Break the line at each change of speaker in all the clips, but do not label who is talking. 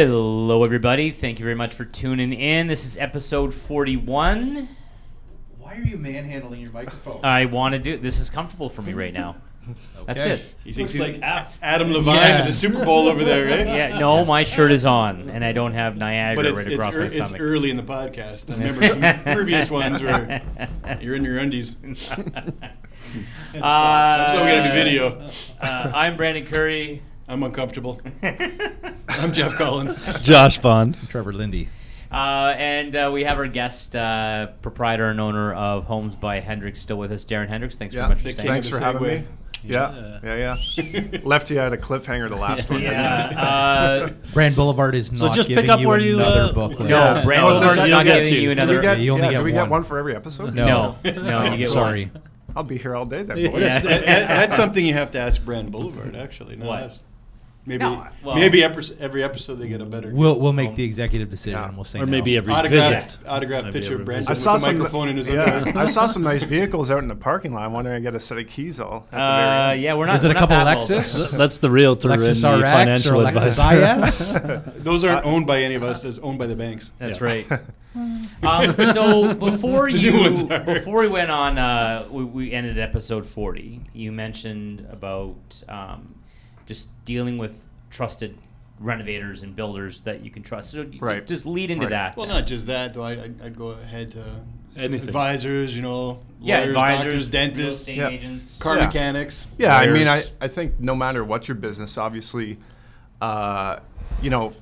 Hello, everybody. Thank you very much for tuning in. This is episode 41.
Why are you manhandling your microphone?
I want to do this is comfortable for me right now. That's it.
He thinks he's
Looks like Af-
Adam Levine
Yeah.
at the Super Bowl over there, right?
Yeah, no, my shirt is on, and I don't have Niagara
But it's,
right
it's,
across
ear-
my
it's
stomach.
early in the podcast. I remember some previous ones where you're in your undies. That's why we gotta do video.
Uh, I'm Brandon Curry.
I'm uncomfortable. I'm Jeff Collins.
Josh Bond.
Trevor Lindy.
Uh, and uh, we have our guest, uh, proprietor and owner of Homes by Hendricks, still with us, Darren Hendricks. Thanks
Yeah.
very much for
Big
staying.
Thanks
King
for
of the
having
Segway.
me. Yeah, yeah, yeah. Left you at a cliffhanger the last one. didn't
Yeah,
it?
uh,
Brand Boulevard is
So
not
just pick
giving
up
you
where you,
another
uh,
booklet.
No,
Yeah.
Brand
No, it
Boulevard's
does-
not
you don't
giving
get
you
two.
do
another.
we get,
You only
yeah,
get
do we get
one.
one for every episode?
No.
No, no, you get
Sorry.
one.
I'll be here all day then.
Yeah.
boys.
That's,
Yeah.
that- that- that's something you have to ask Brand Boulevard, actually. not
What?
us. Maybe,
No, well-
maybe epis- every episode they get a better
We'll we'll make
Um,
the executive decision.
yeah.
and We'll say
Or
no.
maybe every
autographed,
visit.
autographed
Maybe
picture
a
of Brandon
I
with
saw
a
some
microphone in his
yeah,
underwear.
I saw some nice vehicles out in the parking lot. I'm wondering I get a set of keys all. At
Uh,
the
yeah, we're not.
Is it a
we're not
couple
that
Lexus?
old.
Th- That's the realtor
Lexus
and
RX
the
or
financial
Lexus
advisor.
IS.
Those aren't owned by any of us. That's owned by the banks.
That's
Yeah.
right. um, so before
The new ones
you
are.
before we went on, uh, we, we ended episode forty. You mentioned about um, just dealing with trusted renovators and builders that you can trust. So you-
Right.
just lead into
Right.
that.
Well, not just that though. I, I'd, I'd go ahead to
Anything.
advisors, you know,
yeah,
lawyers,
advisors,
doctors,
real
dentists,
estate
Yeah.
agents.
car
Yeah.
mechanics.
Yeah, I mean, I,
There's-
I think no matter what your business, obviously, uh, you know,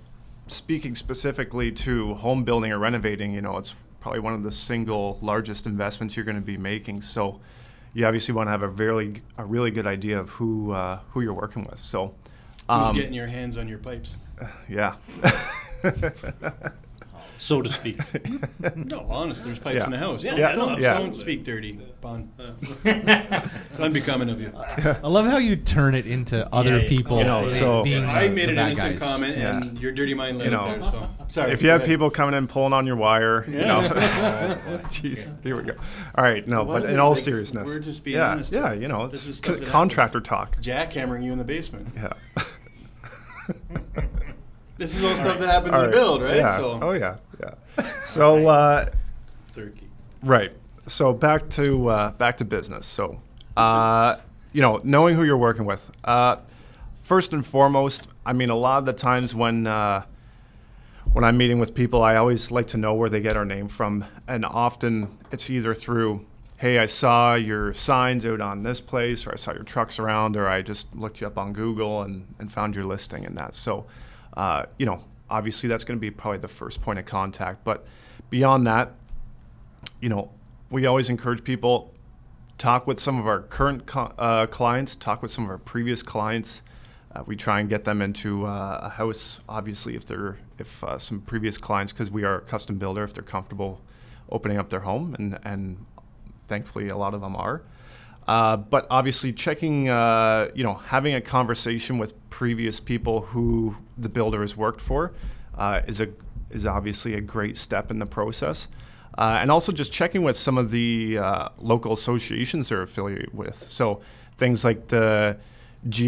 speaking specifically to home building or renovating, you know, it's probably one of the single largest investments you're going to be making. So, you obviously want to have a really a really good idea of who uh, who you're working with. So,
Who's
um,
getting your hands on your pipes?
yeah.
so to speak.
No, honest, there's pipes
Yeah.
in the house.
Yeah,
Don't,
yeah,
don't,
no, yeah.
don't speak dirty, Bon. It's
yeah,
unbecoming of you.
I love how you turn it into other
yeah.
people.
You know,
being-
so-
being
I
the-
made
the
an
bad
innocent
guys.
comment,
Yeah.
and your dirty mind led
You
it
know,
there. So sorry.
if
go
you have
ahead.
people coming in pulling on your wire, you
Yeah.
know, jeez, here we go. All right, no,
Why
but
do
in
we-
all
like,
seriousness,
we're just being
yeah,
honest
yeah,
here.
you know,
This is
it's
stuff
c-
that
contractor talk.
jackhammering you in the basement,
Yeah.
this is all stuff that happens
All
in a build, right?
Yeah.
So
Oh yeah, yeah. So uh,
turkey.
right. So back to uh, back to business. So uh, you know, knowing who you're working with. Uh, first and foremost, I mean, a lot of the times when uh, when I'm meeting with people, I always like to know where they get our name from, and often it's either through, "Hey, I saw your signs out on this place," or "I saw your trucks around," or "I just looked you up on Google and, and found your listing," and that. So, uh, you know, obviously that's going to be probably the first point of contact. But beyond that, you know, we always encourage people talk with some of our current co- uh, clients, talk with some of our previous clients. Uh, we try and get them into uh, a house, obviously, if they're if uh, some previous clients, because we are a custom builder, if they're comfortable opening up their home, and and thankfully a lot of them are. Uh, but obviously, checking, uh, you know, having a conversation with previous people who the builder has worked for uh, is a is obviously a great step in the process. Uh, and also just checking with some of the uh, local associations they're affiliated with. So things like the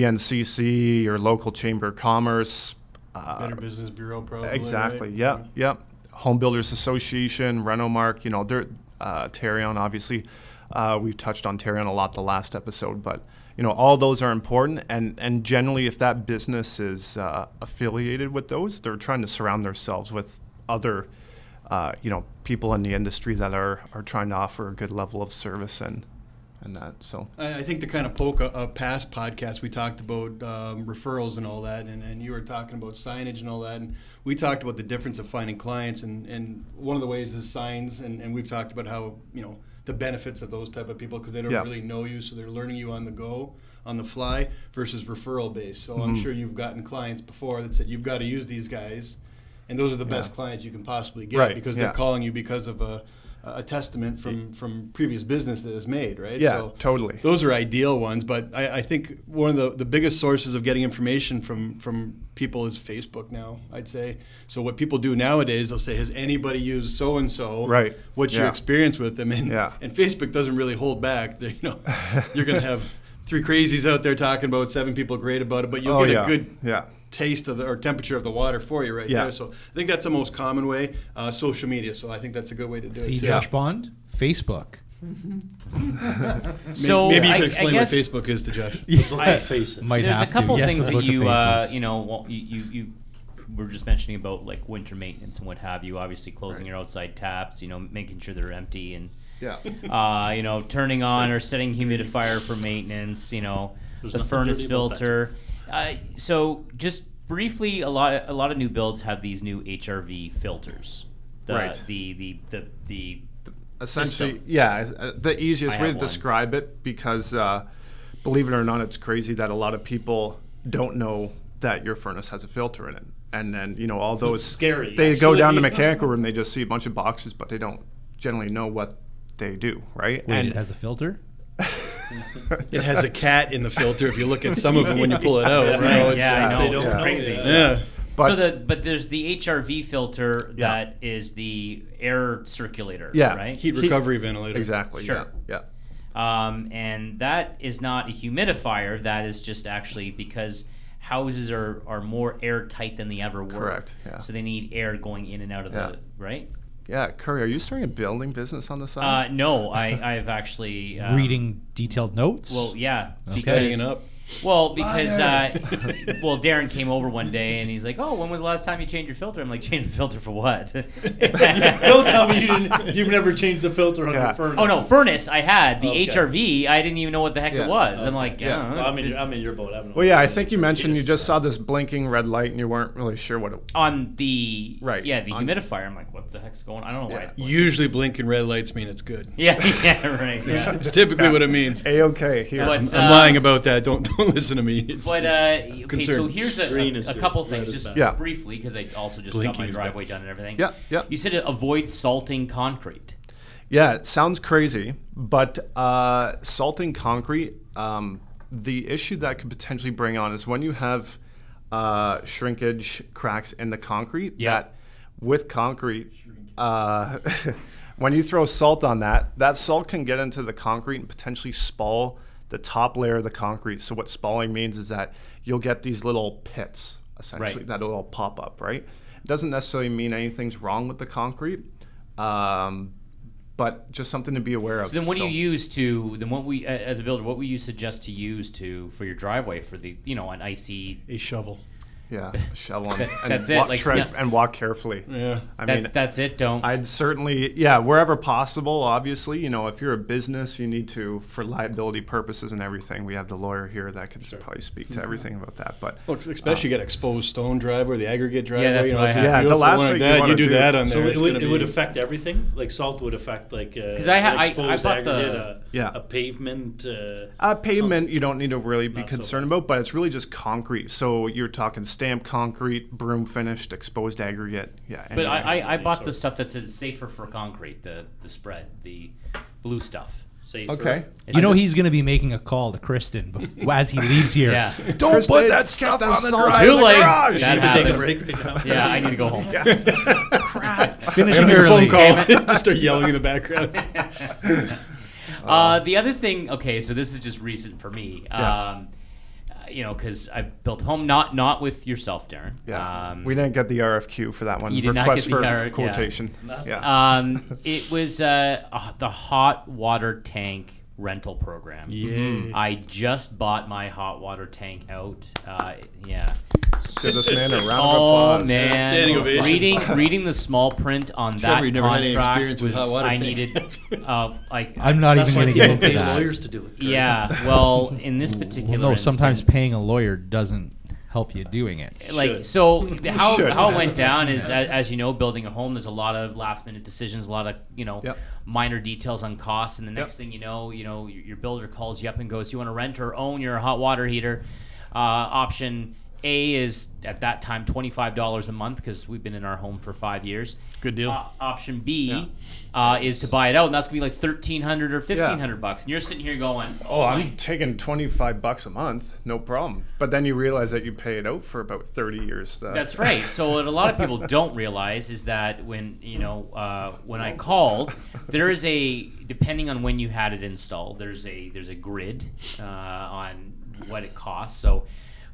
GNCC, your local chamber of commerce. Uh,
Better Business Bureau, probably. Oh, right?
exactly. Yeah. Yeah. Home Builders Association, Renomark. You know, they're uh, Tarion. Obviously, uh, we've touched on Tarion a lot the last episode, but you know, all those are important. And and generally, if that business is uh, affiliated with those, they're trying to surround themselves with other uh, you know, people in the industry that are, are trying to offer a good level of service and and that. So
I, I think to kind of poke a, a past podcast, we talked about um, referrals and all that, and, and you were talking about signage and all that, and we talked about the difference of finding clients, and, and one of the ways is signs, and, and we've talked about how you know the benefits of those type of people because they don't
Yeah.
really know you, so they're learning you on the go, on the fly, versus referral based. So
Mm-hmm.
I'm sure you've gotten clients before that said you've got to use these guys, and those are the best clients you can possibly get
Right,
because
yeah.
they're calling you because of a a testament from from previous business that is made, right?
Yeah, totally.
Those are ideal ones, but I, I think one of the, the biggest sources of getting information from from people is Facebook now. I'd say so. What people do nowadays, they'll say, "Has anybody used so and so?
Right.
What's your
Yeah.
experience with them?" And
Yeah.
and Facebook doesn't really hold back. They, you know, you're gonna have three crazies out there talking about it, seven people great about it, but you'll
oh
get
yeah,
a good
yeah,
taste of the or temperature of the water for you right
Yeah.
there. So I think that's the most common way. Uh, social media. So I think that's a good way to do
See
it. too.
Josh Bond? Facebook.
May-
So
maybe you
I-
can
I
explain
guess-
what Facebook is to Josh.
Look
I-
at faces.
Might
There's a
have to.
couple
Yes,
things
let's
that
look at
you, uh,
faces.
you know, wa- you, you, you were just mentioning about like winter maintenance and what have you. Obviously, closing your outside taps, you know, making sure they're empty and,
Yeah.
uh, you know, turning on or setting humidifier for maintenance, you know,
There's
the
nothing
furnace
dirty about that.
filter. Uh, so just briefly, a lot, a lot of new builds have these new HRV filters. The,
Right.
The, the, the, the,
essentially
system.
yeah is- uh, the easiest
I
way to
have one.
describe it because uh, believe it or not it's crazy that a lot of people don't know that your furnace has a filter in it and then you know all those
scary,
they go down to
actually.
mechanical room they just see a bunch of boxes but they don't generally know what they do right
Wait,
and
it has a filter?
It has a cat in the filter. If you look at some of them when you pull it out,
Yeah.
right? It's-
yeah, I know.
they
it's
don't know
crazy.
yet.
yeah.
but
so the but there's the HRV filter
Yeah.
that is the air circulator,
Yeah.
right?
Heat recovery ventilator.
exactly
Sure.
yeah, yeah.
Um, and that is not a humidifier. That is just actually because houses are, are more airtight than they ever were.
Correct, yeah.
So they need air going in and out of
Yeah.
the right.
Yeah, Curry, are you starting a building business on the
Uh,
side?
no, I I've actually um,
Reading detailed notes?
Well, yeah,
Studying it up.
Well, because uh,
Fire.
well, Darren came over one day and he's like, "Oh, when was the last time you changed your filter?" I'm like, "Change the filter for what?"
Don't tell me you didn't, you've never changed the filter on
Yeah.
your furnace.
Oh no, furnace! I had the
Okay.
HRV. I didn't even know what the heck
Yeah.
it was. I'm
Okay.
like,
Yeah.
yeah,
Well, I'm, in your,
it's-
I'm in your boat. I don't know.
well, yeah, I think you mentioned you
Yes.
just saw this blinking red light and you weren't really sure what it
on the
Right.
Yeah, the
On-
humidifier. I'm like, what the heck's going? on? I don't know why. it's-
Usually, blinking red lights mean it's good.
Yeah, yeah, right. Yeah.
It's typically what it means.
A-OK here. Um,
But,
I'm,
uh,
I'm lying about that. Don't don't listen to me. It's
But uh, okay, so
Concerned.
here's a,
Green
a,
is
a
good.
couple
Red
things,
is
just
bad.
Yeah.
briefly, because I also just got
Blinking
my
is bad.
driveway done and everything.
Yeah, yeah.
You said to avoid salting concrete.
Yeah, it sounds crazy, but uh, salting concrete, um, the issue that could potentially bring on is when you have uh, shrinkage cracks in the concrete,
Yeah.
that with concrete, uh, when you throw salt on that, that salt can get into the concrete and potentially spall the top layer of the concrete. So, what spalling means is that you'll get these little pits, essentially, that'll all pop up, right? It doesn't necessarily mean anything's wrong with the concrete. Um, but just something to be aware of.
So then, what
So-
do you use to? Then what we, a- as a builder, what would you suggest to use to for your driveway for the, you know, an icy?
a shovel.
Yeah, shovel and,
That-
and
that's it,
walk,
like,
tread-
yeah.
and walk carefully.
Yeah.
I
That's
mean,
that's it. Don't.
I'd certainly, yeah, wherever possible. Obviously, you know, if you're a business, you need to, for liability purposes and everything. We have the lawyer here that could probably speak
Mm-hmm.
to everything about that. But
Well, especially you got exposed stone driveway, the aggregate driveway.
Uh, that's
you know,
what I
it's
have.
a
Yeah, the
beautiful
last
one
thing
like
you
that.
wanna
do,
do-
that on
So
there.
it
it's
would,
gonna
it would
be-
affect everything. Like salt would affect like uh,
'Cause I ha- I- I
exposed
bought the-
aggregate, uh,
Yeah.
a pavement. Uh,
Uh, pavement, you don't need to really be
Not so
concerned about, but it's really just concrete. So you're talking stamped concrete, broom finished, exposed aggregate. Yeah.
But
anything.
I, I, I
Any
bought the
sort.
stuff that's safer for concrete, the the spread, the blue stuff.
safer.
Okay.
It's
you know
just-
he's going to be making a call to Kristen bef- as he leaves here.
Yeah.
Don't
Kristen,
put
get
that stuff
that
on the
salt
drive.
out of the
late.
garage.
That
You have to take a
happened.
break right now.
Yeah, I need to go home.
Crap.
Finish him
I'm gonna get a
early.
phone call. Just start yelling in the background.
Uh, the other thing, okay, so this is just recent for me.
Um, Yeah.
Um, uh, you know, because I built a home, not not with yourself, Darren.
Yeah,
Um,
we didn't get the RFQ for that one.
You did not
Request
get the
for
R- yeah.
quotation. Yeah.
um, it was uh, uh, the hot water tank rental program.
Yay.
Mm-hmm. I just bought my hot water tank out. Uh, yeah.
Give this man a round of
Oh
applause.
man,
Standing ovation.
reading reading the small print on that
Trevor, you never had any
contract
experience with
was-
hot water
I
tanks.
needed, uh, like
I'm not
That's
even
why
going to
you
get
don't
into
pay
that.
lawyers to do it.
Yeah, well, in this particular,
Well, no, sometimes
instance-
paying a lawyer doesn't help you doing it.
like
Should.
so the- how,
Should.
how it went down is a- as you know building a home there's a lot of last minute decisions a lot of you know
Yep.
minor details on costs and the next thing you know you know your your builder calls you up and goes you want to rent or own your hot water heater uh, option a is at that time $25 a month because we've been in our home for five years
Good deal.
Uh, option b uh, is to buy it out and that's gonna be like 1300 or 1500 bucks and you're sitting here going
Oh,
my
I'm taking 25 bucks a month, no problem. But then you realize that you pay it out for about 30 years. uh,
That's right. So what a lot of people don't realize is that when you know uh, when I called, there is a depending on when you had it installed. There's a there's a grid uh, on what it costs. So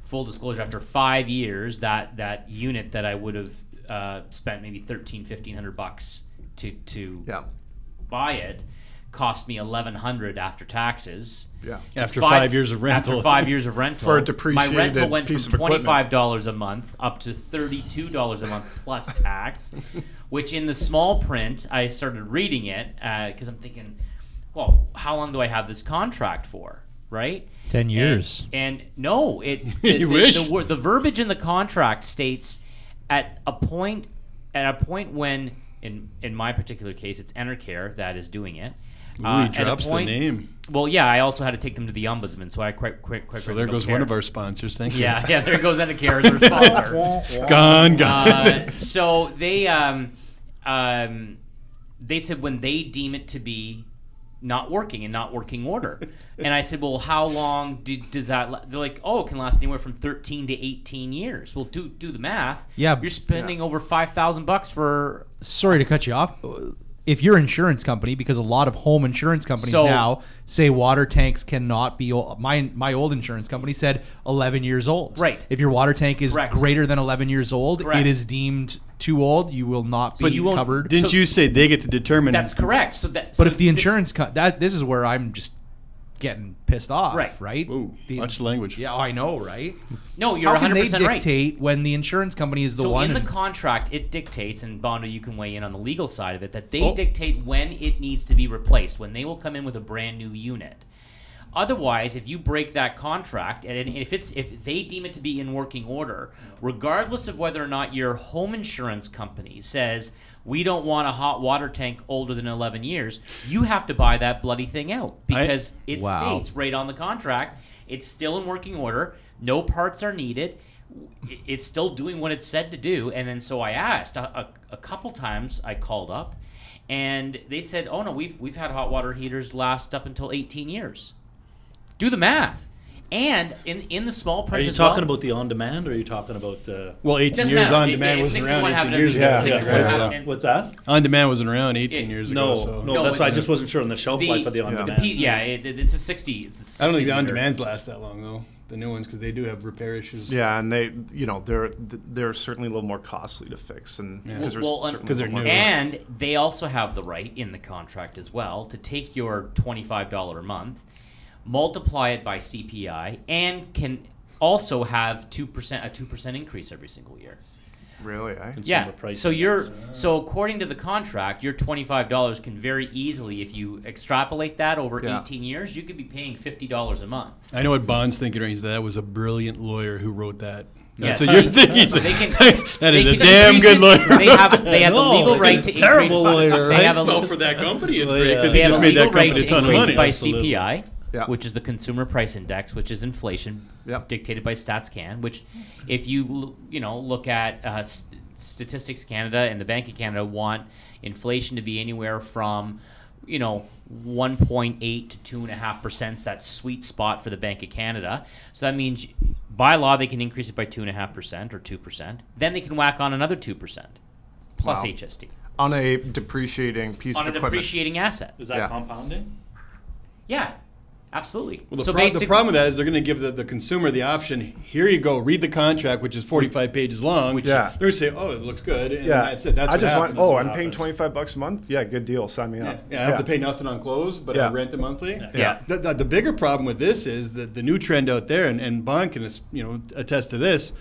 full disclosure, after five years, that that unit that I would have uh, spent maybe 13, 1500 bucks to to
Yeah.
buy it cost me 1100 after taxes.
Yeah.
After five years of rental.
After five years of rental.
For a
My rental
depreciated
went
piece of
from
equipment.
$25 a month up to $32 a month plus tax, which in the small print, I started reading it because I'm thinking, well, how long do I have this contract for? Right?
10
And-
years.
And, no, it the,
You
the,
wish.
The, wor- the verbiage in the contract states at a point at a point when in in my particular case it's Enercare that is doing it.
Ooh,
Uh,
he
at a
drops
point-
the name.
Well, yeah, I also had to take them to the ombudsman, so I quite quick quick.
So there goes one of our sponsors. Thank you.
Yeah, yeah. There goes Enercare as our sponsor.
Gone, gone.
Uh, so they um, um, they said when they deem it to be not working in not working order and i said well how long do, does that la-? they're like oh it can last anywhere from 13 to 18 years well do do the math
Yeah,
you're spending over 5000 bucks for
Sorry to cut you off. If your insurance company, because a lot of home insurance companies
So-
now say water tanks cannot be old. My my old insurance company said 11 years old.
Right.
If your water tank is
Correct.
greater than 11 years old,
Correct.
it is deemed too old. You will not be
But you won't-
covered.
Didn't
so-
you say they get to determine?
that's correct so that so
but if the
this-
insurance co- that this is where I'm just getting pissed off.
Right.
Right.
Ooh,
The-
much language.
Yeah, I know, right?
no you're
How can
100%
they
right
dictate when the insurance company is the
so
one?
in the
and-
contract, it dictates, and Bondo, you can weigh in on the legal side of it, that they
Oh.
dictate when it needs to be replaced, when they will come in with a brand new unit. Otherwise, if you break that contract, and if it's if they deem it to be in working order, regardless of whether or not your home insurance company says we don't want a hot water tank older than 11 years, you have to buy that bloody thing out
I-
because it
Wow.
states right on the contract. It's still in working order. No parts are needed. I- It's still doing what it's said to do. And then so I asked a, a, a couple times. I called up, and they said, "Oh no, we've we've had hot water heaters last up until 18 years." Do the math. And in in the small
Are
print,
you
as well-
talking about the on demand or are you talking about uh, the.
Well, 18
Doesn't
years
matter.
on
It-
demand
it's
was
six and one
around.
half
18
dozen
years
years,
ago.
six and one half
Right, so-
dozen.
What's that?
On demand was around 18
It-
years
No,
ago. so-
no,
No,
that's
but-
why I just wasn't sure on the shelf
the,
life of the on
the
demand.
P, yeah, it, it- it's a 60. It's a 60
I don't think the on
meter.
demands last that long though. The new ones because they do have repair issues.
Yeah, and they, you know, they're they're certainly a little more costly to fix, and
Yeah.
because
Well, and-
'Cause they're new.
And they also have the right in the contract as well to take your twenty-five dollar a month, multiply it by CPI, and can also have two percent a two percent increase every single year.
Really, eh?
Yeah.
price
So you're so according to the contract, your twenty-five dollars can very easily, if you extrapolate that over
Yeah.
eighteen years, you could be paying fifty dollars a month.
I know what Bond's thinking right. He's that was a brilliant lawyer who wrote that.
Yes.
That's what you're thinking.
They can-
that
they
is a
can
damn
increase
good
it.
lawyer.
They have they have the
No,
legal
it's a
right to
terrible
increase.
lawyer,
they
right?
have a
well, for that company, it's
Well,
great
yeah.
because
They
he
Uh, have
just
a
made
legal
that
right
company a
to
ton of
increase
money.
it by
Absolutely.
CPI,
Yeah.
which is the consumer price index, which is inflation
Yeah.
dictated by StatsCan. Which, if you l- you know look at uh, S- Statistics Canada and the Bank of Canada want inflation to be anywhere from you know 1.8 to two and a half percent. That sweet spot for the Bank of Canada. So that means by law they can increase it by two and a half percent or two percent. Then they can whack on another two percent plus
Wow.
HST
on a depreciating piece
on a
of equipment.
depreciating asset.
Is that
Yeah.
compounding?
Yeah, absolutely.
Well, the,
so
pro- the
basically,
problem with that is they're going to give the, the consumer the option. Here you go, read the contract, which is 45 pages long. Which
Yeah.
they're going to say, oh, it looks good, and
yeah,
that's it. That's
I
what
just
happens.
want. Oh,
what
I'm paying
happens.
25 bucks a month. Yeah, good deal. Sign me
yeah.
up.
yeah, I have to pay nothing on clothes, but I
Yeah.
rent it monthly.
yeah.
The, the, the bigger problem with this is that the new trend out there, and, and Bond can you know attest to this.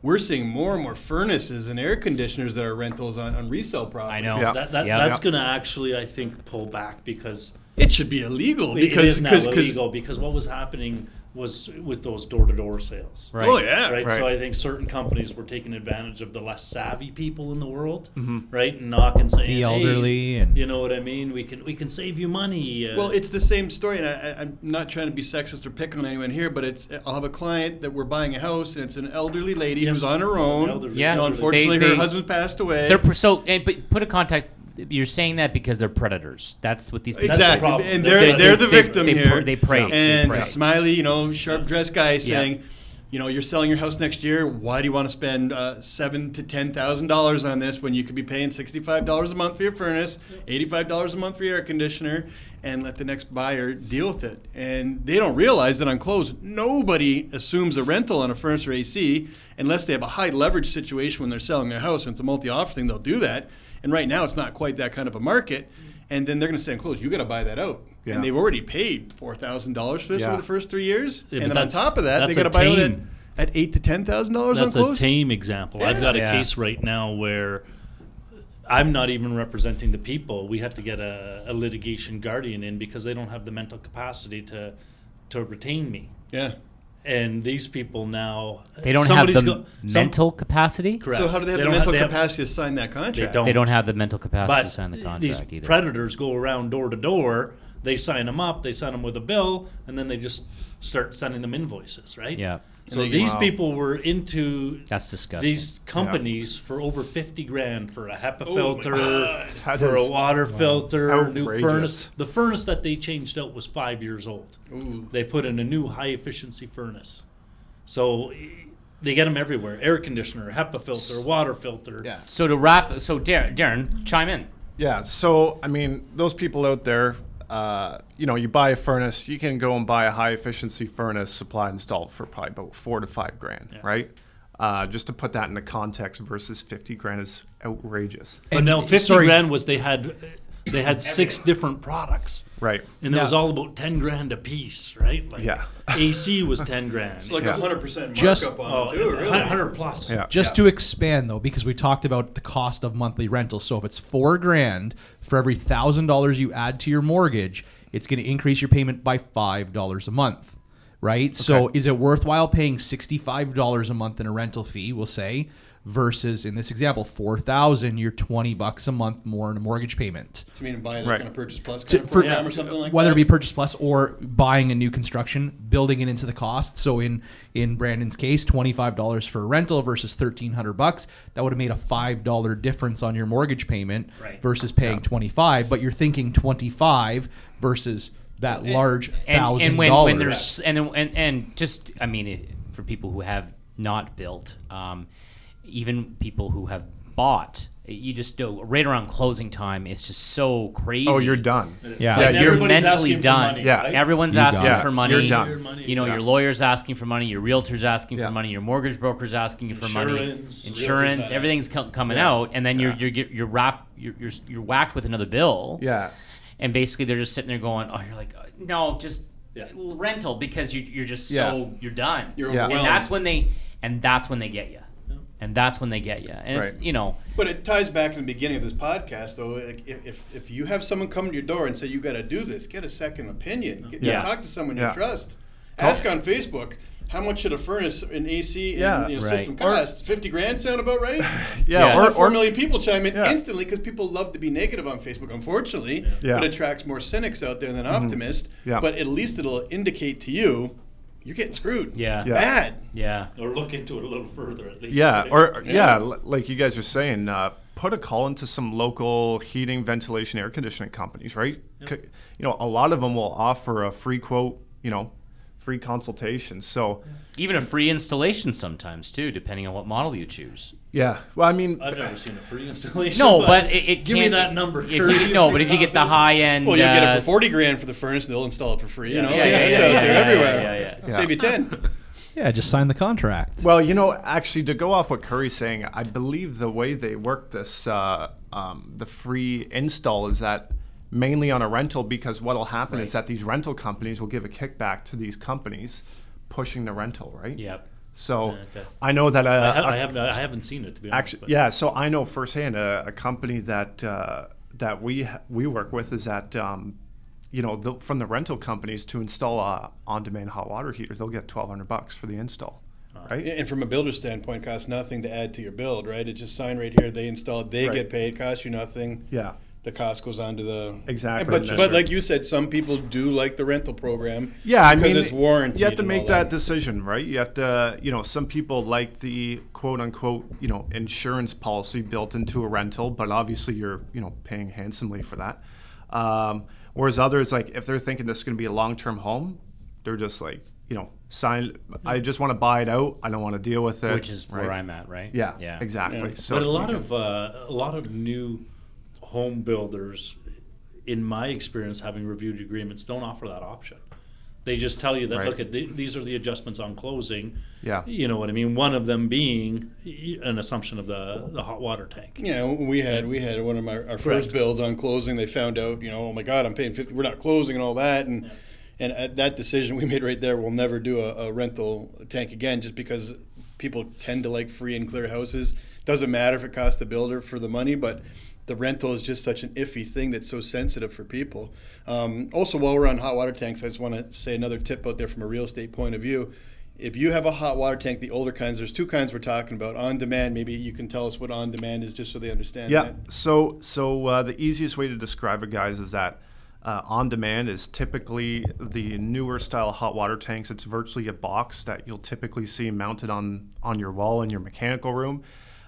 We're seeing more and more furnaces and air conditioners that are rentals on, on resale property.
I know.
Yeah.
That, that,
Yeah.
That's
Yeah.
going to actually, I think, pull back because
It should be illegal
it
because
is now
cause, 'cause-
illegal because what was happening was with those door-to-door sales.
Right.
Oh yeah,
Right? So
Right.
I think certain companies were taking advantage of the less savvy people in the world,
Mm-hmm.
right? And knocking saying,
The
"Hey,
elderly and-
you know what I mean? We can we can save you money. Uh,
Well, it's the same story, and I, I- I'm not trying to be sexist or pick on anyone here, but it's I'll have a client that we're buying a house, and it's an elderly lady
Yes.
who's on her own.
Elderly.
Yeah.
You know,
Elderly.
unfortunately,
They-
her
they-
husband passed away.
They're pre- so, and, but put a context. You're saying that because they're predators. That's what these.
That's the
exactly,
problem.
and
They-
they're
they-
they're the
they-
victim
they-
here.
they prey.
And
They
the
prey.
smiley, you know, sharp dressed guy
Yeah.
saying, you know, you're selling your house next year. Why do you want to spend uh, seven to ten thousand dollars on this when you could be paying sixty five dollars a month for your furnace, eighty five dollars a month for your air conditioner? and let the next buyer deal with it. And they don't realize that on close, nobody assumes a rental on a furnace or AC unless they have a high leverage situation when they're selling their house and it's a multi offer thing, they'll do that. And right now, it's not quite that kind of a market. And then they're going to say, on close, you got to buy that out.
Yeah.
And they've already paid $4,000 for this
Yeah.
over the first three years.
Yeah,
and
but
then on
that's-
top of that, they
that's
got to
a
buy out at,
tame.
at eight to $10,000 on
That's a
close.
tame example. I've got a
Yeah.
case right now where I'm not even representing the people. We have to get a, a litigation guardian in because they don't have the mental capacity to to retain me.
Yeah.
And these people now
They don't
somebody's
have the
go- some-
mental capacity.
correct.
So how do they have the
don't
mental
they have-
capacity to sign that contract?
don't.
They don't have the mental capacity
but
to sign the contract
these
either.
predators go around door to door. They sign them up. They send them with a bill, and then they just start sending them invoices, right?
yeah,
So
And they-
these
Wow.
people were into
that's disgusting.
these companies for over 50 grand for a HEPA
Oh
filter,
That
for a
is
water filter, new
outrageous.
furnace. The furnace that they changed out was five years old.
Ooh.
They put in a new high efficiency furnace. So eh, they get them everywhere air conditioner, HEPA filter, water filter.
Yeah.
so to wrap, so Darren, Darren, chime in.
Yeah. So, I mean, those people out there, uh, you know, you buy a furnace, you can go and buy a high efficiency furnace supply installed for probably about four to five grand, right? Uh, just to put that into context versus 50 grand is outrageous.
But
And-
no, 50
sorry.
grand was they had eh, they had six different products.
Right.
And it was all about 10 grand a piece, right? Like
Yeah.
AC was 10 grand.
It's like
Yeah.
a 100% markup
Just-
oh,
on it, too, really.
100 plus.
Yeah.
Just to expand though, because we talked about the cost of monthly rental. So if it's four grand for every thousand dollars you add to your mortgage, it's going to increase your payment by five dollars a month, right? So is it worthwhile paying sixty-five dollars a month in a rental fee? We'll say versus in this example, four thousand. You're twenty bucks a month more in a mortgage payment.
So you mean buying that
Right.
kind of purchase plus
To-
kind of
for-
program or something like
whether
that?
it be purchase plus or buying a new construction, building it into the cost. So in in Brandon's case, twenty five dollars for a rental versus thirteen hundred bucks. That would have made a five dollar difference on your mortgage payment
Right.
versus paying twenty five. But you're thinking twenty five versus that large
And,
thousand
and when,
dollars.
when there's and then- and and just I mean it, for people who have not built, um, even people who have bought, you just do right around closing time. It's just so crazy.
Oh, you're done.
yeah,
Like,
Yeah,
you're
everybody's
mentally
asking for
done.
money,
Yeah.
right?
Everyone's
You
asking
done.
for money.
You're done. Your
money.
You know, your lawyer's asking for money. Your realtor's asking
Yeah.
for money. Your mortgage broker's asking you for
Insurance.
money.
Realtor's not
Insurance.
asking.
Everything's co- coming out, and then you're you're you're wrap you're, you're you're whacked with another bill.
Yeah.
And basically, they're just sitting there going, "Oh, you're like, uh, no, just
Yeah.
rental because you, you're just
Yeah.
so you're done."
You're
Yeah.
and
overwhelmed.
that's when they and that's when they get you,
Yeah.
and that's when they get you, and it's
Right.
you know,
But it ties back to the beginning of this podcast, though. Like if, if, if you have someone come to your door and say you got to do this, get a second opinion. Get,
Yeah.
Talk to someone
Yeah.
you trust. Ask on Facebook how much should a furnace, an AC, and
Yeah.
you know,
Right.
system cost? Fifty grand sound about right?
Yeah.
Yeah.
Or,
Or, Four
or
million people chime in
Yeah.
instantly because people love to be negative on Facebook. Unfortunately,
Yeah. Mm-hmm.
it attracts more cynics out there than optimists.
Yeah.
But at least it'll indicate to you you're getting screwed.
yeah,
Yeah.
Bad.
yeah.
Or look into it a little further at least.
Yeah,
right?
or yeah,
Yeah.
li- like you guys are saying, uh, put a call into some local heating, ventilation, air conditioning companies, right? C- you know, a lot of them will offer a free quote, you know, free consultation. So,
Even a free installation sometimes too, depending on what model you choose.
yeah, well, I mean,
I've never seen a free installation.
No, but it, it
give me
can't-
that number.
If you, no, but if you get the high end,
Well, you get it
uh,
for forty grand for the furnace. They'll install it for free. You know,
yeah, yeah,
it's
yeah,
out
yeah,
there
yeah,
everywhere.
yeah, yeah,
yeah.
Save you ten.
yeah, just sign the contract.
well, you know, actually, to go off what Curry's saying, I believe the way they work this, uh, um, the free install is that mainly on a rental because what'll happen is that these rental companies will give a kickback to these companies pushing the rental, right?
Yep.
So
okay.
I know that uh,
I, ha-
a-
I have I haven't seen it to be honest.
Actually,
but-
yeah. So I know firsthand a, a company that uh, that we ha- we work with is that um, you know the, from the rental companies to install uh, on-demand hot water heaters, they'll get twelve hundred bucks for the install, right?
And from a builder's standpoint, costs nothing to add to your build, right? It's just sign right here. They install it. They
Right.
get paid. Costs you nothing.
Yeah.
The cost goes on to the
Exactly.
But
That's
but
right.
like you said, some people do like the rental program.
Yeah, I
because
mean,
it's warranted.
You have to
and
make
all
that decision, right? You have to, you know, some people like the quote unquote, you know, insurance policy built into a rental, but obviously you're, you know, paying handsomely for that. Um, whereas others, like if they're thinking this is going to be a long term home, they're just like, you know, sign. I just want to buy it out. I don't want to deal with it.
which is where
right?
I'm at, right?
Yeah,
yeah,
exactly.
Yeah.
So
but a lot
you
of uh, a lot of new home builders in my experience, having reviewed agreements, don't offer that option. They just tell you that
Right.
look at the, these are the adjustments on closing.
Yeah.
you know what I mean. One of them being y- an assumption of the the hot water tank.
Yeah, when we had we had one of my, our first
Correct.
bills on closing. They found out, you know, oh my God, I'm paying fifty. We're not closing and all that, and and at that decision we made right there, we'll never do a, a rental tank again, just because people tend to like free and clear houses. Doesn't matter if it costs the builder for the money, but the rental is just such an iffy thing that's so sensitive for people. Um, also, while we're on hot water tanks, I just want to say another tip out there from a real estate point of view if you have a hot water tank, the older kinds, there's two kinds we're talking about. On demand, maybe you can tell us what on demand is just so they understand
Yeah.
that.
So so uh, the easiest way to describe it, guys, is that uh, on demand is typically the newer style hot water tanks. It's virtually a box that you'll typically see mounted on on your wall in your mechanical room.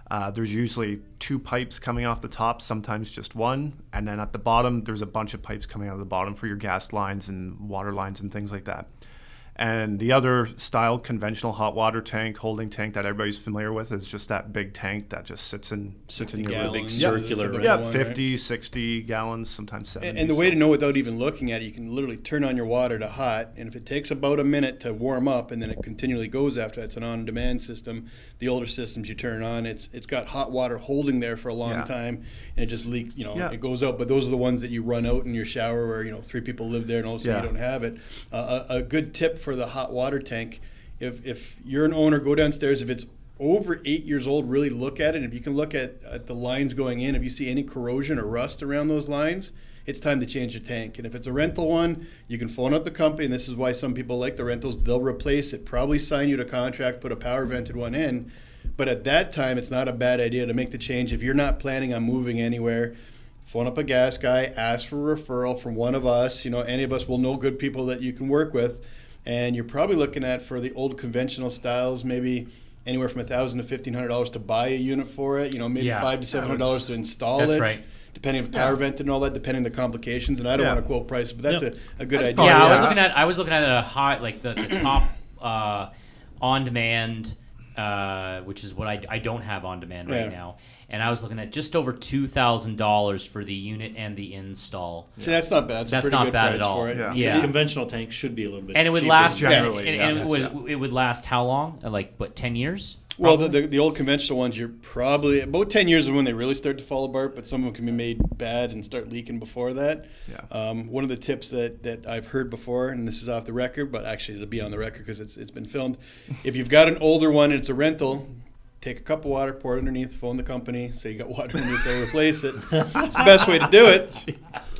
Uh, there's usually two pipes coming off the top, sometimes just one, and then at the bottom there's a bunch of pipes coming out of the bottom for your gas lines and water lines and things like that. And the other style, conventional hot water tank, holding tank that everybody's familiar with, is just that big tank that just sits in sits in your
Gallons,
big
is
circular,
the
right?
yeah,
one, right?
50, 60 gallons, sometimes 70.
And, and the way to know without even looking at it, you can literally turn on your water to hot, and if it takes about a minute to warm up, and then it continually goes after that, it's an on-demand system. The older systems you turn on, it's it's got hot water holding there for a long
Yeah.
time, and it just leaks. You know,
Yeah.
it goes out. But those are the ones that you run out in your shower, where you know three people live there, and all of a sudden you
Yeah.
don't have it. Uh, a, a good tip for the hot water tank: if if you're an owner, go downstairs. If it's over eight years old, really look at it. If you can look at, at the lines going in, if you see any corrosion or rust around those lines, it's time to change your tank. And if it's a rental one, you can phone up the company. And this is why some people like the rentals; they'll replace it. Probably sign you to contract, put a power vented one in. But at that time, it's not a bad idea to make the change if you're not planning on moving anywhere phone up a gas guy, ask for a referral from one of us. You know, any of us will know good people that you can work with. And you're probably looking at for the old conventional styles, maybe anywhere from a thousand to fifteen hundred dollars to buy a unit for it. You know, maybe
Yeah.
five to seven hundred dollars to install
That's
it.
right.
Depending on power vent and all that, depending on the complications. And I don't
Yeah.
want to quote prices, but that's
No.
a, a good idea.
yeah, I
yeah.
was looking at I was looking at a high like the, the top uh, on demand, uh, which is what I, I don't have on demand right
Yeah.
now, and I was looking at just over two thousand dollars for the unit and the install.
See, that's not bad. That's,
That's
a pretty
not
good
bad
price
at all.
For it.
Yeah.
Yeah.
This conventional tank should be a little bit.
And it would
cheaper.
last
Generally,
and, and it would it would last how long? Uh, Like what ten years?
Well, the, the, the old conventional ones, you're probably about 10 years is when they really start to fall apart, but some of them can be made bad and start leaking before that.
Yeah.
Um, one of the tips that, that I've heard before, and this is off the record, but actually it'll be on the record because it's, it's been filmed. if you've got an older one and it's a rental, take a cup of water, pour it underneath, phone the company, say you got water underneath, they'll replace it. It's the best way to do it.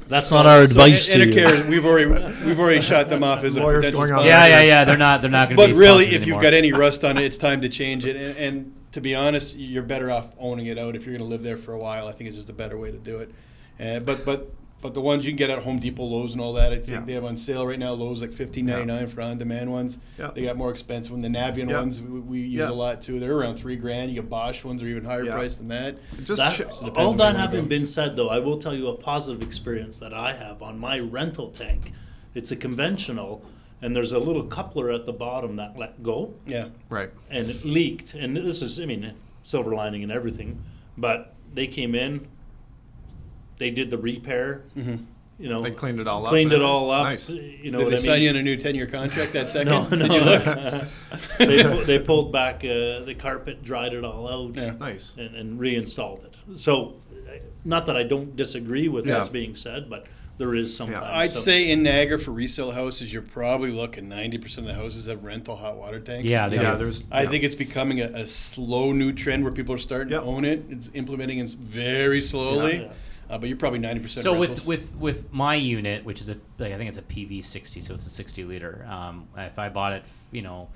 That's not our advice
so,
to
and,
you.
we've already we've already shot them off as a
Lawyers
potential
going on.
sponsor.
Yeah, yeah, yeah. They're not they're not going to.
But really, if you've got any rust on it, it's time to change it. And, and to be honest, you're better off owning it out if you're going to live there for a while. I think it's just a better way to do it. Uh, but but but the ones you can get at Home Depot, Lowe's, and all that, it's
Yeah.
they have on sale right now. Lowe's like fifteen ninety nine for on demand ones.
Yeah.
They got more expensive. And the Navian
Yeah.
ones we, we use
Yeah.
a lot too. They're around three grand. You get Bosch ones are even higher
Yeah.
priced than that.
just
That-
ch-
depends
all
where you
that
wanna
having
go.
been said, though, I will tell you a positive experience that I have on my rental tank. It's a conventional, and there's a little coupler at the bottom that let go,
Yeah.
right.
and it leaked. And this is, I mean, silver lining and everything, but they came in, they did the repair.
Mm-hmm.
You know,
They cleaned it all up
Cleaned
and
it all up.
everything. Nice.
You know
Did
what
they
I
sign
mean?
you on a new ten year contract that second?
No, no.
Did you look?
they, pu- they pulled back uh, the carpet, dried it all out,
Yeah.
Nice.
and, and reinstalled it. So, uh, not that I don't disagree with
Yeah.
what's being said, but there is sometimes.
I'd
some-
say in Niagara for resale houses, you're probably looking 90% of the houses have rental hot water tanks.
Yeah, they
Yeah,
do.
there's.
I
yeah.
think it's becoming a, a slow new trend where people are starting
Yep.
to own it. It's implementing it very slowly,
Yeah.
Uh, but you're probably 90%
So
rentals.
with, with with my unit, which is a like I think it's a PV60, so it's a 60 liter. Um, if I bought it, you know,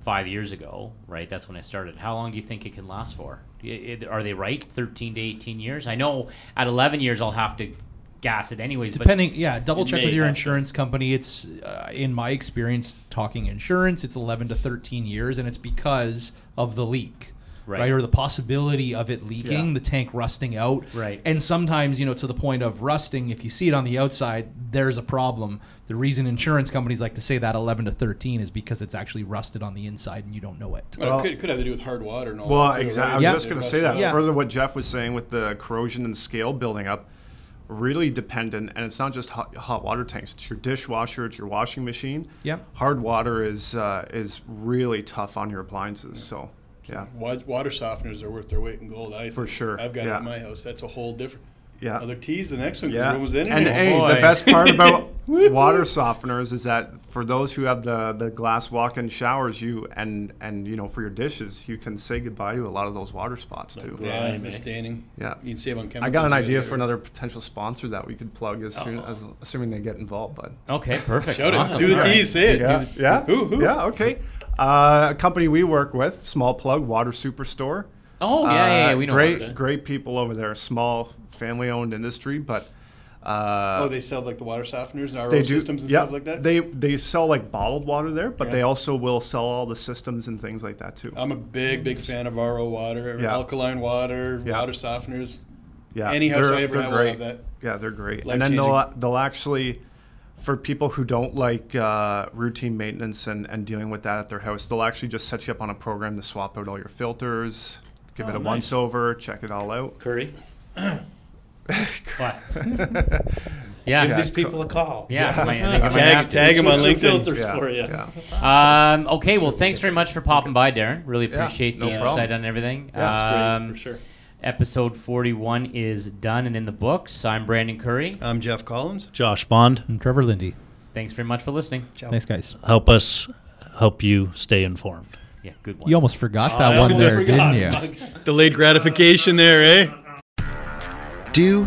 five years ago, right? That's when I started. How long do you think it can last for? I- I- Are they right? 13 to 18 years? I know at 11 years I'll have to gas it anyways.
Depending, yeah, double
It
check
may
with your
have to.
insurance company. It's, uh, in my experience, talking insurance, it's 11 to 13 years, and it's because of the leak.
Right.
Right. or the possibility of it leaking,
Yeah.
the tank rusting out,
Right.
and sometimes you know to the point of rusting. If you see it on the outside, there's a problem. The reason insurance companies like to say that 11 to 13 is because it's actually rusted on the inside and you don't know it.
Well,
well-
it could, could have to do with hard water and all
Well,
that. too,
exactly. I
right?
was
Yeah.
just going to say that.
Yeah.
Further, what Jeff was saying with the corrosion and scale building up, really dependent, and it's not just hot, hot water tanks. It's your dishwasher, it's your washing machine.
Yep.
Hard water is uh, is really tough on your appliances. So, yeah,
Wa- Water softeners are worth their weight in gold. I
For
think.
sure,
I've got it
yeah.
in my house. That's a whole different.
Yeah.
Other teas. The next one. 'cause
yeah.
Everyone was in it.
and
Oh,
hey,
boy.
the best part about water softeners is that for those who have the, the glass walk-in showers, you and and you know for your dishes, you can say goodbye to a lot of those water spots too.
Yeah,
Grime, eh?
understanding.
Yeah.
You can save on chemicals.
I got an
you
idea
do.
for another potential sponsor that we could plug as soon
Oh.
Uh-oh.
as assuming they get involved, but
Okay, perfect.
Shout
awesome.
it. Do the
All right.
teas. Say it. Do
yeah,
the-
yeah,
Oh, Who? Who?
yeah, okay. Uh, a company we work with, small plug, Water Superstore.
Oh yeah, yeah, yeah,
Uh,
we know.
great,
about it.
great people over there. Small family-owned industry, but
Oh,
uh,
they sell like the water softeners and RO
they do
systems and
yeah,
stuff like that.
They they sell like bottled water there, but
Yeah. Um,
they also will sell all the systems and things like that too.
I'm a big, big fan of RO water,
Yeah.
alkaline water,
Yeah.
water softeners.
Yeah,
Any house
they're-
I ever
they're
have will
great.
have that.
Yeah, they're great. And then
Life-changing.
they'll they'll actually, for people who don't like uh, routine maintenance and, and dealing with that at their house, they'll actually just set you up on a program to swap out all your filters, give it
Oh,
a
nice.
once over, check it all out.
Curry.
Yeah,
what? Give
yeah.
these people a call.
yeah. my- I think I might
Tag-
have to.
tag 'em on
Switch your
LinkedIn.
Filters
Yeah,
for you.
yeah.
Um, okay, well, thanks very much for popping by, Darren. Really
Yeah,
appreciate
no
the
problem.
insight on everything.
That's great,
um,
for sure.
Episode 41 is done and in the books. I'm Brandon Curry.
I'm Jeff Collins.
Josh Bond,
And Trevor Lindy.
Thanks very much for listening.
Ciao.
Nice guys.
help us help you stay informed.
Yeah, good one.
You almost forgot
I
that one
almost
there,
forgot.
didn't you?
Delayed gratification there, eh?
Do,